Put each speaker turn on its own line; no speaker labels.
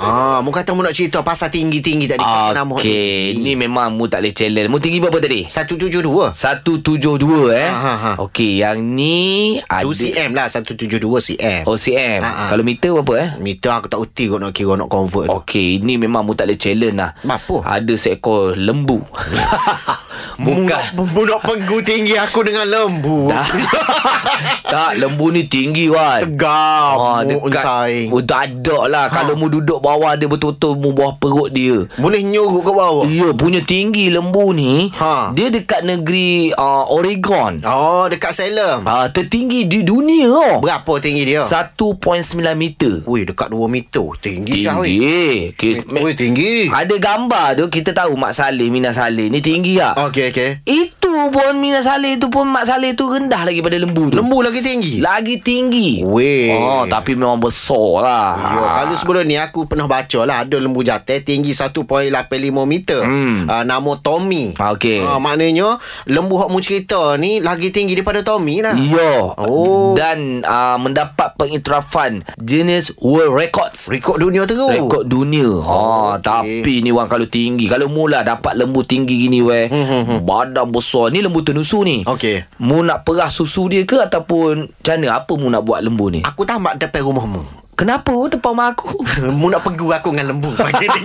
Ah, mu kata mu nak cerita pasal tinggi-tinggi tadi. Kata nama orang
Okey,
tinggi.
ni Ha, memang mu tak boleh challenge. Mu tinggi berapa tadi?
172.
172 eh.
Ha, ha, ha.
Okey, yang ni ada
2 cm lah 172 cm. Oh.
OCM.
Ha, ha.
Kalau meter berapa eh?
Meter aku tak uti kot nak kira nak convert tu. ha.
Okey, ini memang mu tak boleh challenge lah.
Apa?
Ada seekor lembu.
Mu
Bukan.
nak- Mu nak penggu tinggi aku dengan lembu. Ha,
tak, lembu ni tinggi kan.
Tegap.
Ah,
mu unsaing.
Oh, tak ada lah. Ha. Kalau mu duduk bawah dia betul-betul mu bawah perut dia.
Boleh nyuruk ke bawah.
Ya, punya tinggi lembu ni.
Ha.
Dia dekat negeri uh, Oregon.
Oh, dekat Salem.
Uh, tertinggi di dunia. Oh.
Berapa tinggi dia?
1.9 meter.
Wui, dekat 2 meter. Tinggi dah weh.
Tinggi. Ha. Kes,
Wui, tinggi.
ada gambar tu kita tahu Mak Saleh, Mina Saleh ni tinggi tak?
Okey, okey.
Ha. Itu pun Mina Saleh tu pun Mak Saleh tu rendah lagi pada lembu tu.
Lembu lagi tinggi.
Lagi tinggi.
Weh.
Oh, tapi memang besar lah.
Ya, kalau sebelum ni aku pernah baca lah ada lembu jantan tinggi 1.85 meter. Hmm. Uh, nama Tommy.
Ah, okey.
Ah, maknanya lembu hok mu cerita ni lagi tinggi daripada Tommy lah.
Ya.
Oh.
Dan uh, mendapat pengiktirafan Guinness World Records.
Rekod dunia terus.
Rekod dunia. Ha,
Oh,
oh,
okey.
tapi ni orang kalau tinggi, kalau mula dapat lembu tinggi gini weh.
Hmm,
Badan besar. Ni lembu tenusu ni.
Okey.
Mu nak perah susu dia ke ataupun macam mana apa mu nak buat lembu ni?
Aku tamat depan rumah mu.
Kenapa depan mak aku?
mu nak pegu aku dengan lembu pagi ni.